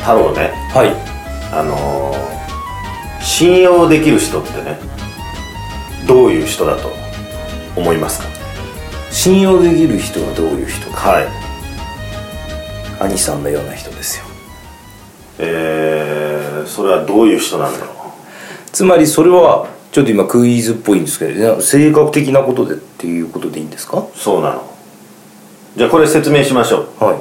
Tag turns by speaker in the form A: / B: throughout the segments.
A: 太郎ね
B: はい
A: あのー信用できる人ってねどういう人だと思いますか
B: 信用できる人はどういう人か
A: はい
B: 兄さんのような人ですよ
A: えー、それはどういう人なんだろ
B: つまりそれはちょっと今クイズっぽいんですけどいや性格的なことでっていうことでいいんですか
A: うそうなのじゃあこれ説明しましょう
B: は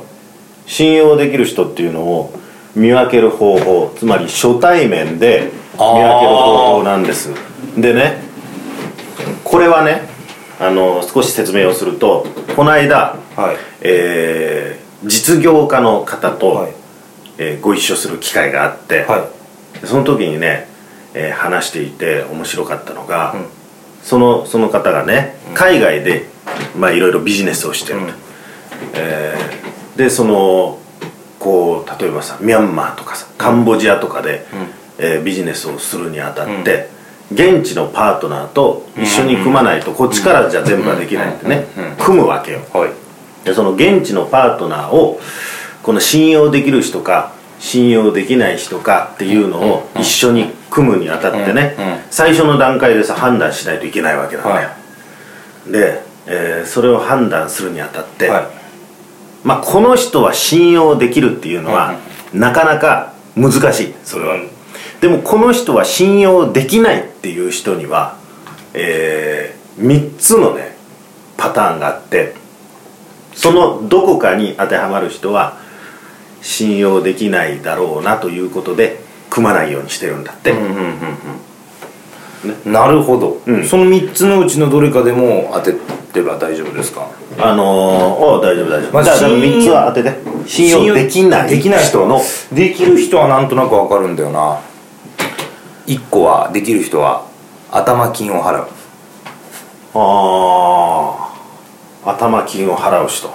A: 信用できる人っていうのを見分ける方法つまり初対面で見分ける方法なんですでねこれはねあの少し説明をするとこの間、
B: はい
A: えー実業家の方と、
B: はい
A: えーご一緒する機会があって、
B: いは
A: その時にね、えー話していて面白かったのが、そのその方がね海外でまあいろいろビジネスをしてると、えーでそのこう例えばさミャンマーとかさカンボジアとかで、えービジネスをするにあたって、現地のパートナーと一緒に組まないとこっちからじゃ全部はできないってね組むわけよ、
B: いはい
A: でその現地のパートナーをこの信用できる人か信用できない人かっていうのを一緒に組むにあたってね、
B: うんうん
A: 最初の段階でさ判断しないといけないわけなんだよ、
B: は
A: で、えーそれを判断するにあたって、
B: はい
A: まあ、この人は信用できるっていうのは、なかなか難しいそれは、でもこの人は信用できないっていう人には、え3つのねパターンがあってそのどこかに当てはまる人は信用できないだろうなということで組まないようにしてるんだって、
B: なるほど、
A: うん
B: その3つのうちのどれかでも当てれば大丈夫ですか
A: あのー、おう大丈夫大丈夫、
B: まあ
A: じゃあ
B: 信用
A: 3つは当てて信用できない
B: できない人
A: 人の
B: のできる人はなんとなくわかるんだよな1個はできる人は頭金を払う
A: ああ頭金を払う人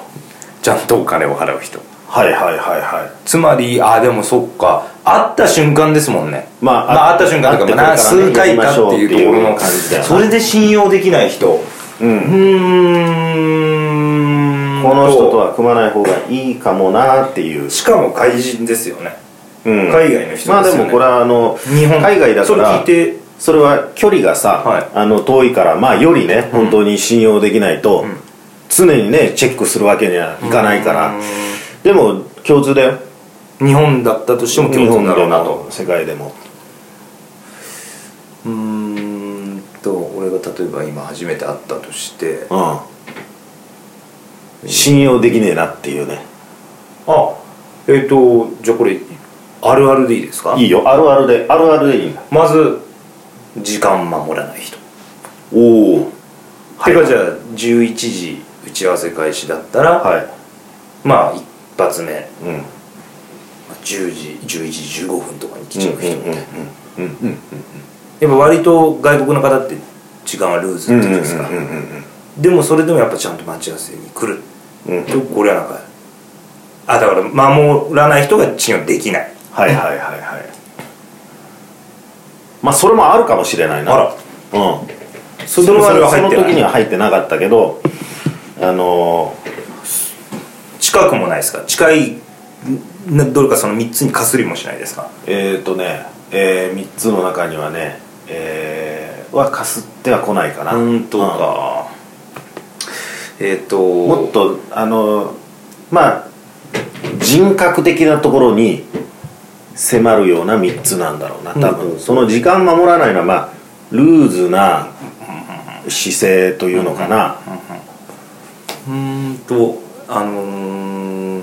B: ちゃんとお金を払う人
A: はいはいはいはい
B: つまりあでもそっか会った瞬間ですもんね
A: まあ
B: まあ、会った瞬間というかまあ
A: 会ってこれ
B: 数
A: からね
B: 回かっていうところ
A: やり
B: の
A: ましょうっていう感じだよな
B: それで信用できない人
A: う
B: うんーん
A: この人とは組まない方がいいかもなっていう、
B: しかも外人ですよね
A: うん
B: 海外の人ですよ
A: ま
B: ね
A: あでもこれはあの
B: 日本
A: 海外だから
B: それ聞いて
A: それは距離がさ、
B: はい
A: あの遠いからまあよりね本当に信用できないと、常にねチェックするわけにはいかないから、でも共通だよ
B: 日本だったとしても
A: 日
B: 共
A: 本
B: 通だ
A: で
B: ろうなと
A: も世界でも
B: うーんと俺が例えば今初めて会ったとして
A: うん信用できねえなっていうね
B: あえっ、とじゃあこれあるあるでいいですか
A: いいよあるあるであるあるでいいんだ
B: まず時間守らない人、
A: おお
B: てかじゃあ11時打ち合わせ開始だったら、
A: はい
B: まあ一発目
A: うん
B: 10時11時15分とかに来ちゃう人、やっ
A: うんうんうん
B: ぱ割と外国の方って時間はルーズっていうんですか、でもそれでもやっぱちゃんと待ち合わせに来る
A: うん
B: とこれはなんかあだから守らない人が信用できない
A: はいはいはいはいまあそれもあるかもしれないな
B: あら
A: うん
B: そ
A: それは
B: そ
A: そ
B: れは入ってない
A: の時には入ってなかったけどあのー
B: 近くもないですか近いなどれかその3つにかすりもしないですか
A: えっ、ー、とね、え3つの中にはねえーはかすっては来ないかな
B: か、えっ、と
A: うんもっとあのーまあ人格的なところに迫るような3つなんだろうな多分、
B: うん
A: その時間守らないのはまあルーズな姿勢というのかな、
B: うーんとあのー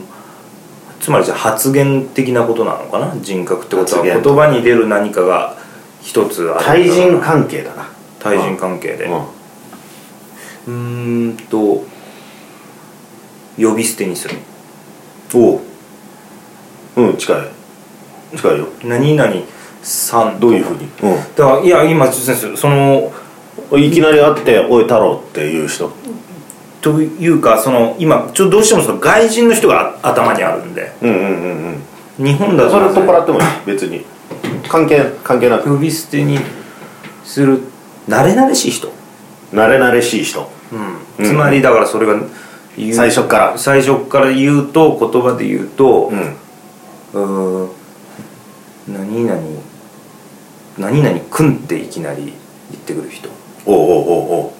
B: つまりじゃあ発言的なことなのかな人格ってこと
A: 発
B: は
A: 言
B: 言葉に出る何かが一つある
A: 対人関係だな
B: 対人関係で
A: 係
B: うーんと呼び捨てにする
A: おううん近い近いよ
B: 何々さんと
A: どういうふうに、
B: だからいや今先生その
A: うん、いきなり会って「おい太郎」っていう人
B: というかその今ちょっとどうしてもその外人の人があ頭にあるんで
A: うんうんうんうん
B: 日本だと
A: それ
B: まず
A: 取っ払ってもいい別に関係関係なく
B: 呼び捨てにする慣れ慣れしい人、
A: 慣れ慣れしい人
B: うん、つまりだからそれが言う
A: 最初から
B: 最初から言うと言葉で言うと
A: うん
B: うーん何々何々くんっていきなり言ってくる人
A: おうおうおうおう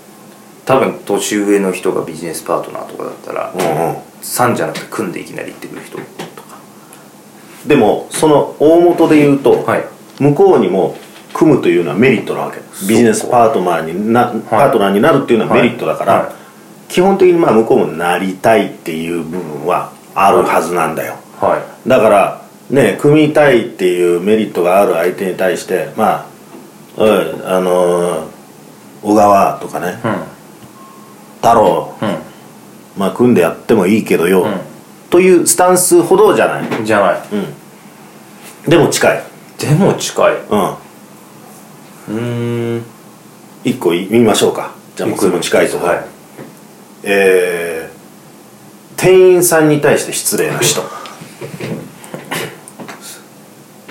B: 多分年上の人がビジネスパートナーとかだったら
A: うんうん
B: 「さん」じゃなくて「くん」でいきなり言ってくる人とか
A: でもその大元で言うと、
B: はい
A: 向こうにも組むというのはメリットなわけビジネスパートナーにな、パートナーになるっていうのはメリットだから、
B: はいはい
A: 基本的にまあ向こうもなりたいっていう部分はあるはずなんだよ、
B: は
A: だからね組みたいっていうメリットがある相手に対してまあ「おいあのー小川」とかね
B: いうん
A: 「太郎
B: う」
A: まあ組んでやってもいいけどよ、
B: ん
A: というスタンスほどじゃない、
B: うんじゃない
A: うん、でも近い
B: でも近いう
A: うん
B: ーん
A: 一個言いましょうかじゃあ僕も近いとこ、
B: はい
A: えー店員さんに対して失礼な人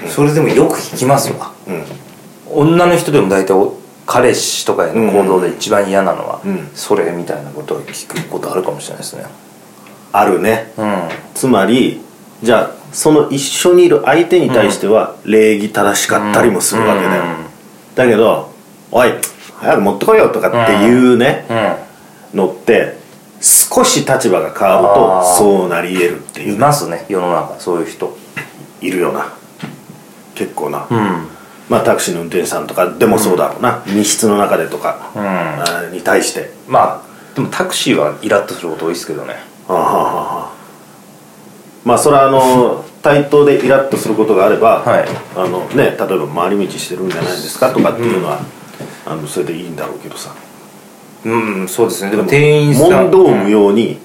B: それでもよく聞きますわ
A: うん
B: 女の人でも大体お彼氏とかへの行動で一番嫌なのは、
A: うん
B: それみたいなことを聞くことあるかもしれないですね
A: あるね
B: うん
A: つまりじゃあその一緒にいる相手に対しては礼儀正しかったりもするわけだよ、だけど「おい早く持ってこいよ」とかっていうね
B: うん、うん
A: のって少し立場が変わると
B: あー
A: そうなり得るって
B: い
A: いう
B: ますね世の中そういう人
A: いるよな結構な、
B: うんうん
A: まあタクシーの運転手さんとかでもそうだろうな、密室の中でとか、
B: ま
A: あーに対して
B: あでもタクシーはイラッとすること多いですけどね
A: はあはあはあまあそれはあ の対等でイラッとすることがあれば、
B: はい
A: あのね、例えば回り道してるんじゃないですかとかっていうのは、あのそれでいいんだろうけどさ
B: うんそうですねでも店員さ
A: 問
B: ん
A: 答無用に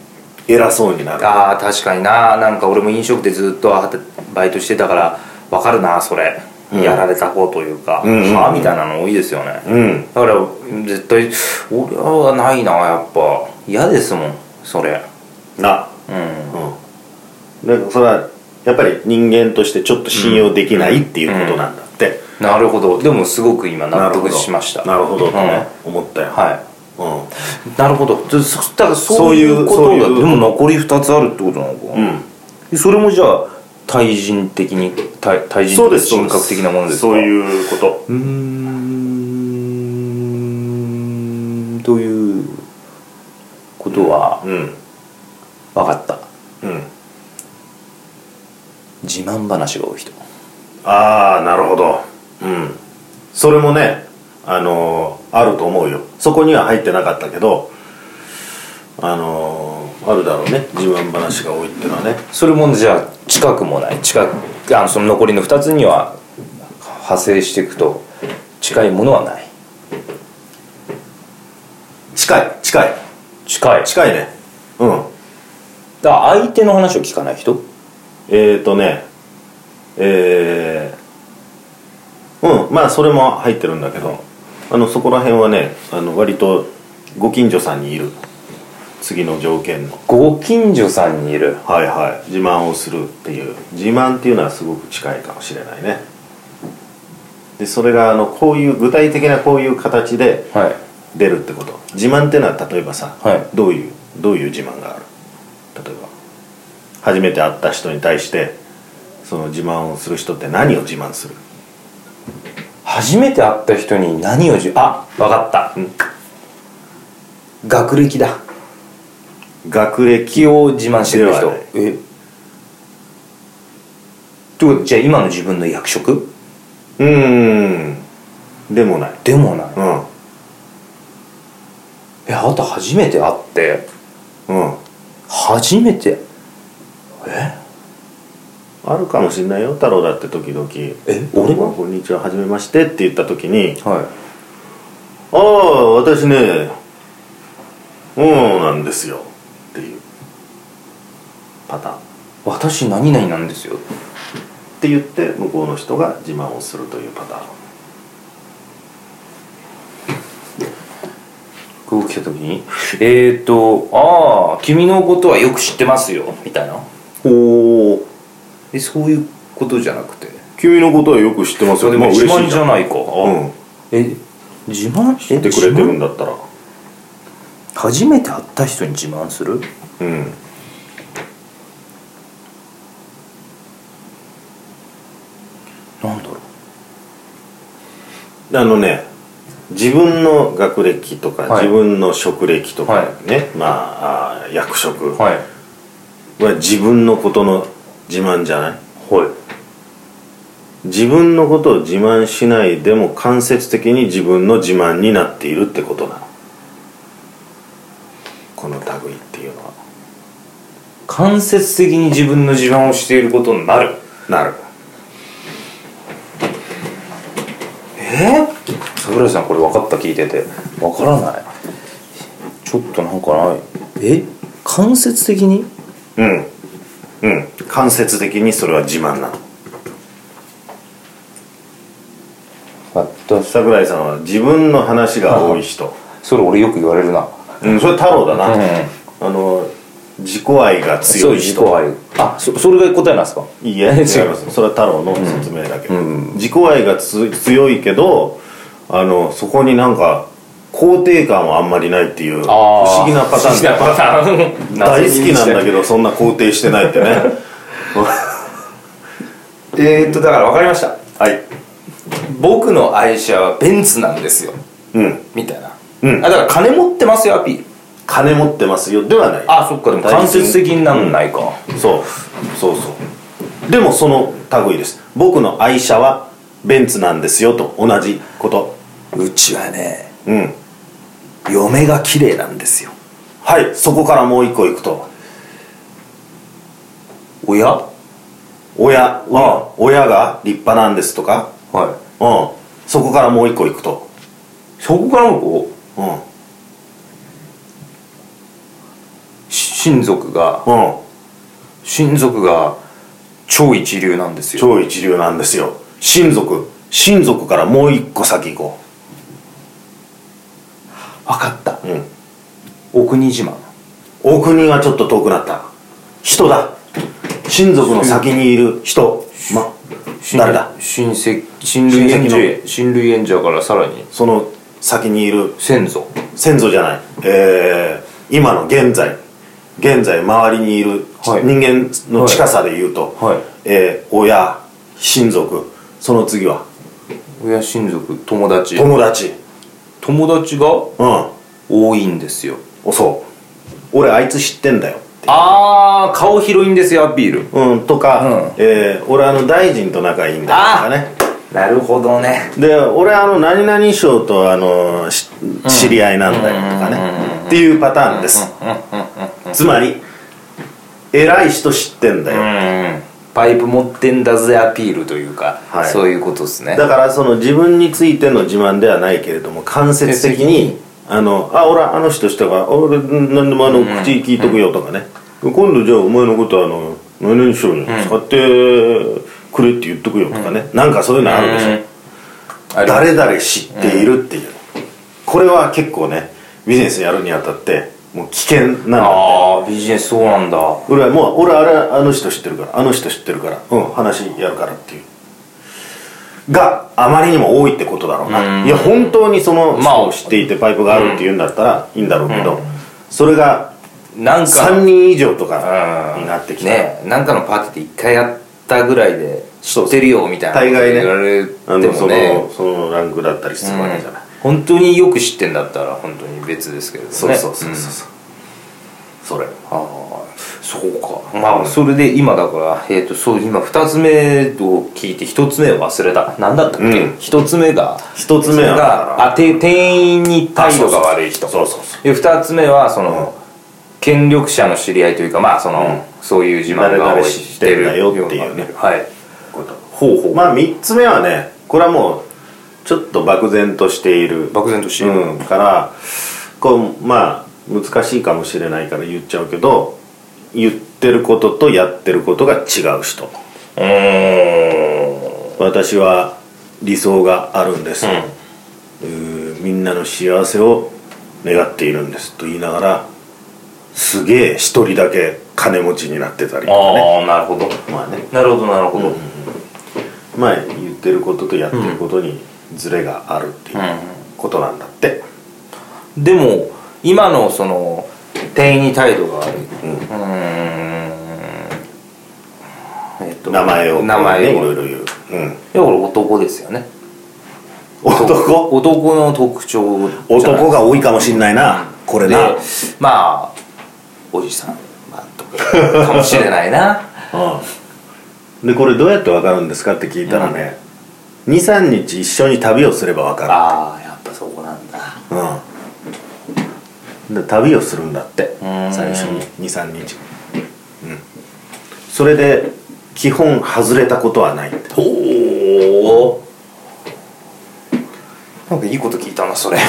A: 偉そうになる、
B: ああ確かにななんか俺も飲食でずっとはたバイトしてたから分かるなそれ、
A: うん
B: やられた方というか、
A: うんうんうん
B: はあみたいなの多いですよね、
A: うん
B: だから絶対俺はないなやっぱ嫌ですもんそれ
A: な、
B: うん
A: うん、だからそれはやっぱり人間としてちょっと信用できないっていうことなんだって、
B: なるほどでもすごく今納
A: なるほ
B: 得
A: ど
B: しました
A: なるほどとね、思ったよ、
B: は
A: うん
B: いなるほどでそだから
A: そ
B: そうう
A: い
B: いううことが
A: そういう
B: でも残り2つあるってことなのか、
A: うん
B: それもじゃあ対人的に対対人
A: そうで
B: 的
A: すそう
B: 人
A: です
B: 格的なものですか
A: そういうこと
B: うーんということは
A: うん
B: 分かった
A: うん
B: 自慢話が多い人
A: ああなるほどうんそれもねあのーあると思うよそこには入ってなかったけどあのーあるだろうね自慢話が多いっていうのはね
B: それもじゃあ近くもない近くあのその残りの2つには派生していくと近いものはない
A: 近い近い
B: 近い
A: 近いねうん
B: だから相手の話を聞かない人
A: えー、とねえー、うんまあそれも入ってるんだけどあのそこら辺はねあの割とご近所さんにいる次の条件の
B: ご近所さんにいる
A: はいはい自慢をするっていう自慢っていうのはすごく近いかもしれないねでそれがあのこういう具体的なこういう形で
B: はい
A: 出るってこと自慢っていうのは例えばさ、
B: はい
A: どういうどういう自慢がある例えば初めて会った人に対してその自慢をする人って何を自慢する
B: 初めて会った人に何をじあ分かった、学歴だ
A: 学歴
B: 気を自慢してくる
A: で
B: 人
A: はない
B: えってことじゃあ今の自分の役職
A: うーんでもない
B: でもない
A: うん
B: えあなた初めて会って
A: うん
B: 初めてえ
A: あるかもしれないよ太郎だって時々
B: え俺は
A: こんにちははじめまして」って言った時に
B: は
A: 「ああ私ねうんなんですよ」っていうパターンっ
B: い私何々なんですよ
A: て言って向こうの人が自慢をするというパターン
B: こう来た時にえーとああ君のことはよく知ってますよみたいな
A: おお
B: えそういうことじゃなくて
A: 君のことはよく知ってます
B: それでも自慢じゃ
A: ん
B: ないか、
A: うん
B: え自慢
A: 知ってくれてるんだったら
B: 初めて会った人に自慢する
A: うん
B: なんだろう
A: あのね自分の学歴とか、
B: はい
A: 自分の職歴と
B: は
A: かね、まああ役職は
B: はい
A: 自分のことの自慢じゃない
B: はい
A: 自分のことを自慢しないでも間接的に自分の自慢になっているってことなのこの類っていうのは
B: 間接的に自分の自慢をしていることになる
A: なる
B: えー、桜井さんこれ分かった聞いてて分からないちょっとなんかないえ間接的に
A: うんうん間接的にそれは自慢なの
B: 私
A: 桜井さんは自分の話が多い人
B: それ俺よく言われるな
A: うんそれ太郎だな、
B: うん
A: あの自己愛が
B: そ
A: 強い
B: う自己
A: 人
B: 愛あそそれが答えなんですか
A: いいえ 違いますそれは太郎の説明だけど、自己愛がつ強いけどあのそこになんか肯定感はあんまりないっていう不思議なパターン
B: 不思議なパターン
A: 大好きなんだけどそんな肯定してないってね
B: えー、っとだから分かりました
A: はい
B: 僕の愛車はベンツなんですよ
A: うん
B: みたいな、
A: うん
B: あだから金持ってますよアピール
A: 金持ってますよではない
B: あそっかでも間接的になんないか、
A: そうそうそうでもその類です僕の愛車はベンツなんですよと同じこと
B: うちはね
A: うん
B: 嫁が綺麗なんですよ
A: はいそこからもう一個いくと
B: おやは
A: 親は親が立派なんですとか
B: い
A: うんそこからもう一個いくと
B: そこからもこ
A: うんうん
B: うし親族が親族が超一流なんですよ
A: 超一流なんですよ親族親族からもう一個先行こ
B: 分かった
A: ううん
B: お国自慢
A: お国がちょっと遠くなった人だ親族の先にいる人ま誰だ
B: 親戚親類縁
A: 親戚
B: 者親類縁者からさらに
A: その先にいる
B: 先祖
A: 先祖じゃない、えー今の現在現在周りにいる、
B: はい
A: 人間の近さで言うと、
B: はい
A: えー親親族その次は
B: 親親族友達
A: 友達
B: 友達が
A: うん
B: 多いんですよ
A: おそう俺あいつ知ってんだよ
B: あー顔広いんですよアピール
A: うんとか、
B: う
A: えー俺あの大臣と仲いいんだよとかね
B: なるほどね
A: で俺あの何々賞とあのし知り合いなんだよとかねっていうパターンですつまり偉い人知ってんだよ
B: うんパイプ持ってんだぜアピールというか、
A: はい
B: そういうことですね
A: だからその自分についての自慢ではないけれども間接的に「あのあ俺あの人したからあ俺何でもあの口聞いとくよ」とかね、今度じゃあお前のことあの何々しようよ使ってくれって言っとくよ」とかね、なんかそういうのあるでしょ、
B: あり
A: 誰々知っているっていう、これは結構ねビジネスやるにあたってもう危険なんだ
B: ああビジネスそうなんだ
A: 俺はもう俺あれあの人知ってるからあの人知ってるからうん話やるからっていうがあまりにも多いってことだろうな、いや本当にその
B: まあ
A: 人を知っていてパイプがあるっていうんだったらいいんだろうけど、それが
B: なんか
A: 3人以上とか
B: うん
A: になってきたら、
B: ねなんかのパーティーで一回やったぐらいで知ってるよみたいな
A: 大概ね
B: 言われ
A: あ
B: て
A: のその
B: もね
A: そのランクだったりするわけじゃない、
B: 本当によく知ってんだったら本当に別ですけれどね
A: そうそうそうそう
B: うん
A: そう、それ
B: ああそうかまあそれで今だから、えー、とそう今2つ目を聞いて1つ目を忘れた何だったっけ、
A: うん
B: 1つ目が
A: 一つ目は
B: があて店員に態度が悪い人
A: そうそうそう
B: で2つ目はその、権力者の知り合いというかまあその、そういう自慢が多
A: 誰
B: い
A: 々知ってんだよっていうね
B: はい
A: こと
B: ほうほう、
A: まあ3つ目はねこれはもうちょっと漠然としている
B: 漠然としている
A: うん、からこうまあ難しいかもしれないから言っちゃうけど言ってることとやってることが違う人
B: うーん
A: 私は理想があるんです、うーみんなの幸せを願っているんですと言いながらすげえ一人だけ金持ちになってたりとかね
B: ああなるほど
A: まあね
B: なるほどなるほど、
A: まあ言ってることとやってることにズレがあるっていうことなんだって、
B: でも今のその店員に態度が悪い
A: ん
B: うーんえっと
A: 名前を
B: 名前
A: ねい
B: を
A: ろいろ言ううん
B: いやこれ男ですよね
A: 男
B: 男の特徴じゃない
A: 男が多いかもしんないなこれ
B: で
A: な
B: まあおじさん、まあ、とかかもしれない な
A: うんでこれどうやって分かるんですかって聞いたらね、23日一緒に旅をすれば分か
B: ああやっぱそこなんだ
A: るうんで旅をするんだって
B: うん
A: 最初に23日うんそれで基本外れたことはないって
B: おおなんかいいこと聞いたなそれ
A: う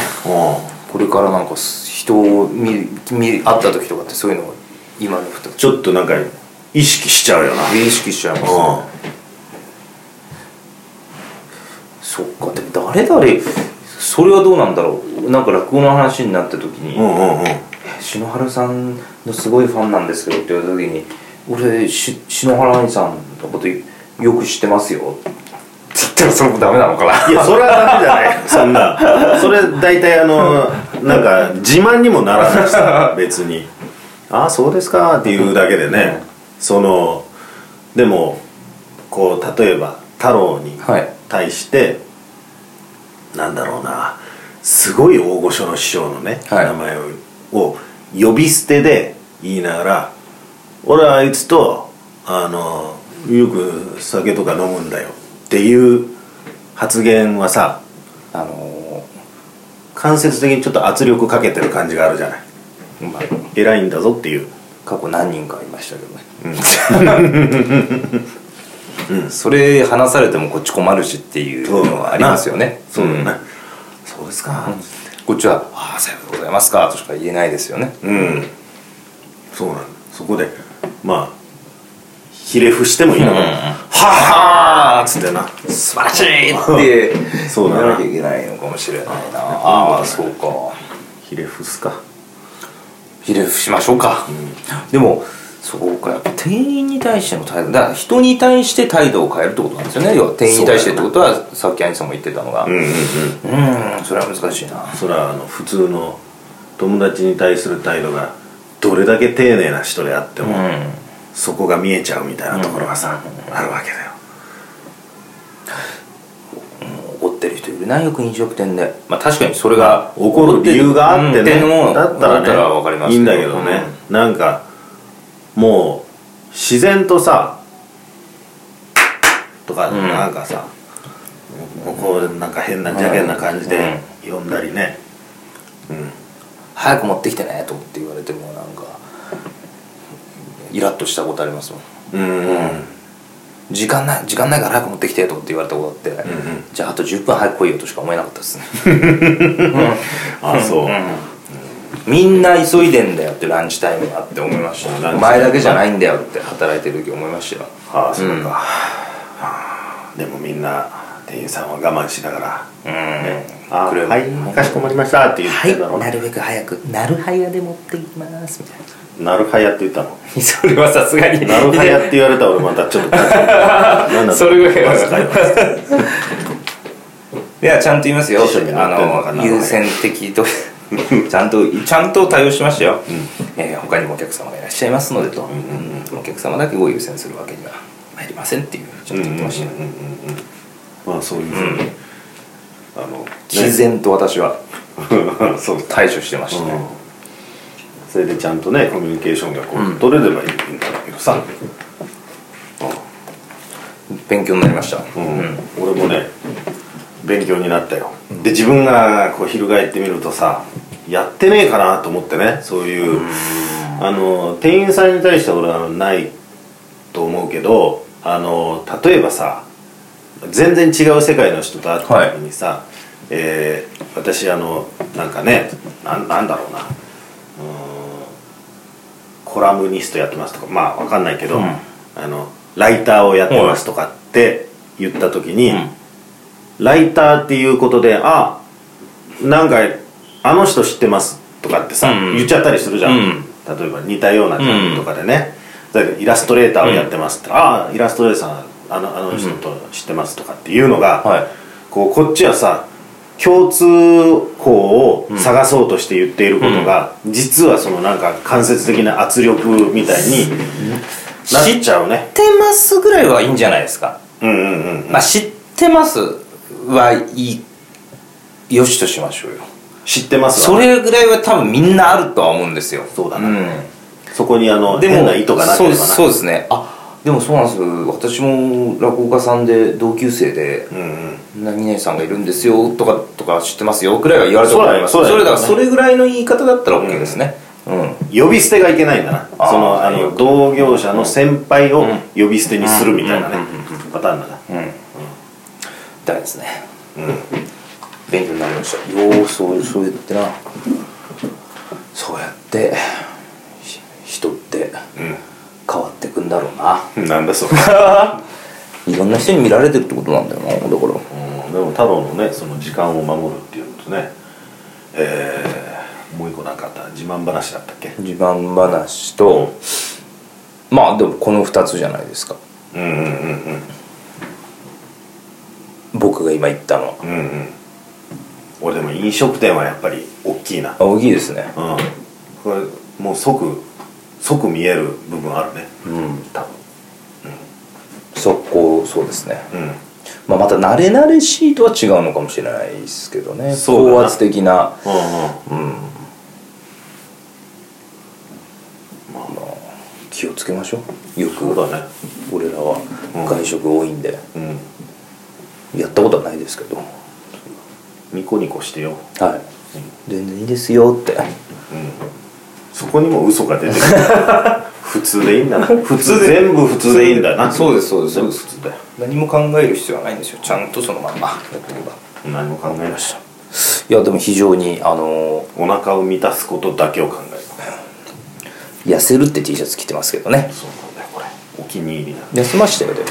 B: これからなんか人を見る見る会った時とかってそういうのを今の人
A: んちょっとなんか意識しちゃうよな
B: 意識しちゃいますね
A: う
B: そっかでも誰々それはどうなんだろうなんか落語の話になった時に、
A: んうんうんうん
B: 篠原さんのすごいファンなんですけどって言われた時に俺し篠原兄さんのことよく知ってますよって言ったらそれもダメなのかない
A: やそれはダメじゃないそんなそれ大体あのなんか自慢にもならないしさ別にああそうですかっていうだけでねそのでもこう例えば太郎に
B: はい
A: 対して、なんだろうなすごい大御所の師匠のね、
B: はい
A: 名前をを呼び捨てで言いながら俺はあいつとあのよく酒とか飲むんだよっていう発言はさ
B: あの
A: 間接的にちょっと圧力かけてる感じがあるじゃない
B: ー、まあ
A: 偉いんだぞっていう
B: 過去何人かいましたけどね、それ話されてもこっち困るしっていうのはありますよね
A: そうだな、
B: ん
A: そうですか
B: こっちは「ああさようでございますか」としか言えないですよね
A: うんそうなんだそこでまあひれ伏してもいいのかな、
B: うん
A: はあはあつってな
B: 素晴らしいって
A: そうだな
B: 言わなきゃいけないのかもしれないなああそうか
A: ひれ伏すか
B: ひれ伏しましょうか、でもそうかやっぱ店員に対しての態度だから人に対して態度を変えるってことなんですよね要は店員に対してってことはさっき兄さんも言ってたのがう
A: うんうんうん
B: ーんそれは難しいな
A: それはあの普通の友達に対する態度がどれだけ丁寧な人であって
B: う
A: も、
B: ん
A: そこが見えちゃうみたいなところがさ、あるわけだよ
B: 怒ってる人いるなよく飲食店でまあ確かにそれが
A: 怒る理由があってね、
B: うん
A: だったらね
B: だったら分かります
A: いいんだけどね、なんかもう自然とさとか
B: うん
A: なんかさ、こうなんか変な邪険な感じで呼んだりね、
B: 早く持ってきてねとかって言われてもなんかイラッとしたことありますもん
A: うん、うん
B: 時間ない時間ないから早く持ってきてとかって言われたことあって、
A: ん
B: じゃああと10分早く来いよとしか思えなかったですね
A: あそう、
B: みんな急いでんだよってランチタイムはって思いました
A: ランチタイム
B: お前だけじゃないんだよって働いてる時思いましたよ
A: ああそうか、はあでもみんな店員さんは我慢しながら「
B: うん
A: あ
B: クレーム
A: はいかしこまりました」って言ってたの、
B: なるべく早くなるはやで持っていきますみたい
A: なるはやって言ったの
B: な それはさすがに
A: なるはやって言われたら俺また ちょっとなんだ
B: それぐらいは
A: まさかよ
B: いやちゃんと言いますよ
A: 辞書に載ってんのか
B: あ
A: な
B: の優先的とちゃんとちゃんと対応しましたよ、えー他にもお客様がいらっしゃいますのでと、お客様だけご優先するわけには参りませんっていうちゃんと言ってましたよ、
A: うんうんうんうんまあそういうふうに、あの
B: 自然と私は
A: ねそうだ、
B: 対処してました
A: うん
B: ね、
A: それでちゃんとねコミュニケーションがこう、
B: うん
A: 取れればいいんだろうけどさ、
B: 勉強になりました、
A: うん俺もね勉強になったよ、で自分がこう翻ってみるとさやってねえかなと思ってねそういう、あの店員さんに対して俺はないと思うけどあの例えばさ全然違う世界の人と会った時にさ、えー私あのなんかねなんなんだろうなうーんコラムニストやってますとかまあわかんないけど、
B: うん
A: あのライターをやってますとかって言った時に、ライターっていうことであなんかあの人知ってますとかってさ、
B: うん
A: 言っちゃったりするじゃん、
B: うん
A: 例えば似たようなジャンルとかでね、だけどイラストレーターをやってますって、ああイラストレーターさんあのあの人と知ってますとかっていうのが、
B: はい
A: こうこっちはさ共通項を探そうとして言っていることが、実はそのなんか間接的な圧力みたいになっちゃうね
B: 知ってますぐらいはいいんじゃないですか
A: うんうんうん
B: まあ知ってますはいいよしとしましょうよ
A: 知ってます
B: そ
A: わ
B: れぐらいは多分みんなあるとは思うんですよ
A: そうだな
B: ね
A: そこにあの
B: でも
A: 変な意図がなければな
B: そうそうですねあでもそうなんですよ私も落語家さんで同級生で
A: うんうん
B: 「何々さんがいるんですよ」とかとか知ってますよくらいは言われたことあります
A: そうだよ
B: れだから
A: そう
B: それぐらいの言い方だったら OK ですねうん、
A: 呼び捨てがいけないんだな
B: あー
A: そのあ
B: よ
A: の
B: く
A: 同業者の先輩を呼び捨てにするみたいなね
B: うん
A: パターンだな
B: だめですねうん勉強になりましたようそうそうやってなそうやってひ人って変わってくんだろうな、
A: うん なんだそれ
B: いろんな人に見られてるってことなんだよなだから
A: うんでも太郎のねその時間を守るっていうのとねえーもう一個なんかあった自慢話だったっけ
B: 自慢話とまあでもこの2つじゃないですか
A: うんうんうん
B: 僕が今言ったのは
A: うんうんうん俺でも飲食店はやっぱり大きいな
B: あ大きいですね
A: うんこれもう即即見える部分あるね
B: うん
A: 多分
B: 速攻そうですね、
A: うん
B: まあ、また慣れ慣れしいとは違うのかもしれないですけどね
A: そうだな
B: 高圧的な
A: うんうん
B: 気をつけましょうよく
A: そうだね
B: 俺らは
A: うん
B: 外食多いんで、
A: うん
B: やったことはないですけどは
A: ニコニコしてよ
B: い全然いいですよって
A: そこにも嘘が出てくる 普通でいいんだな普通全部普通でいいんだな
B: そうですそうです
A: 全部普通だよ
B: 何も考える必要はないんですよちゃんとそのまんまやっていけば
A: 何も考えました
B: いやでも非常にあの
A: お腹を満たすことだけを考える
B: 痩せるって T シャツ着てますけどね
A: そうなんだよこれお気に入りな
B: 痩せましたよでも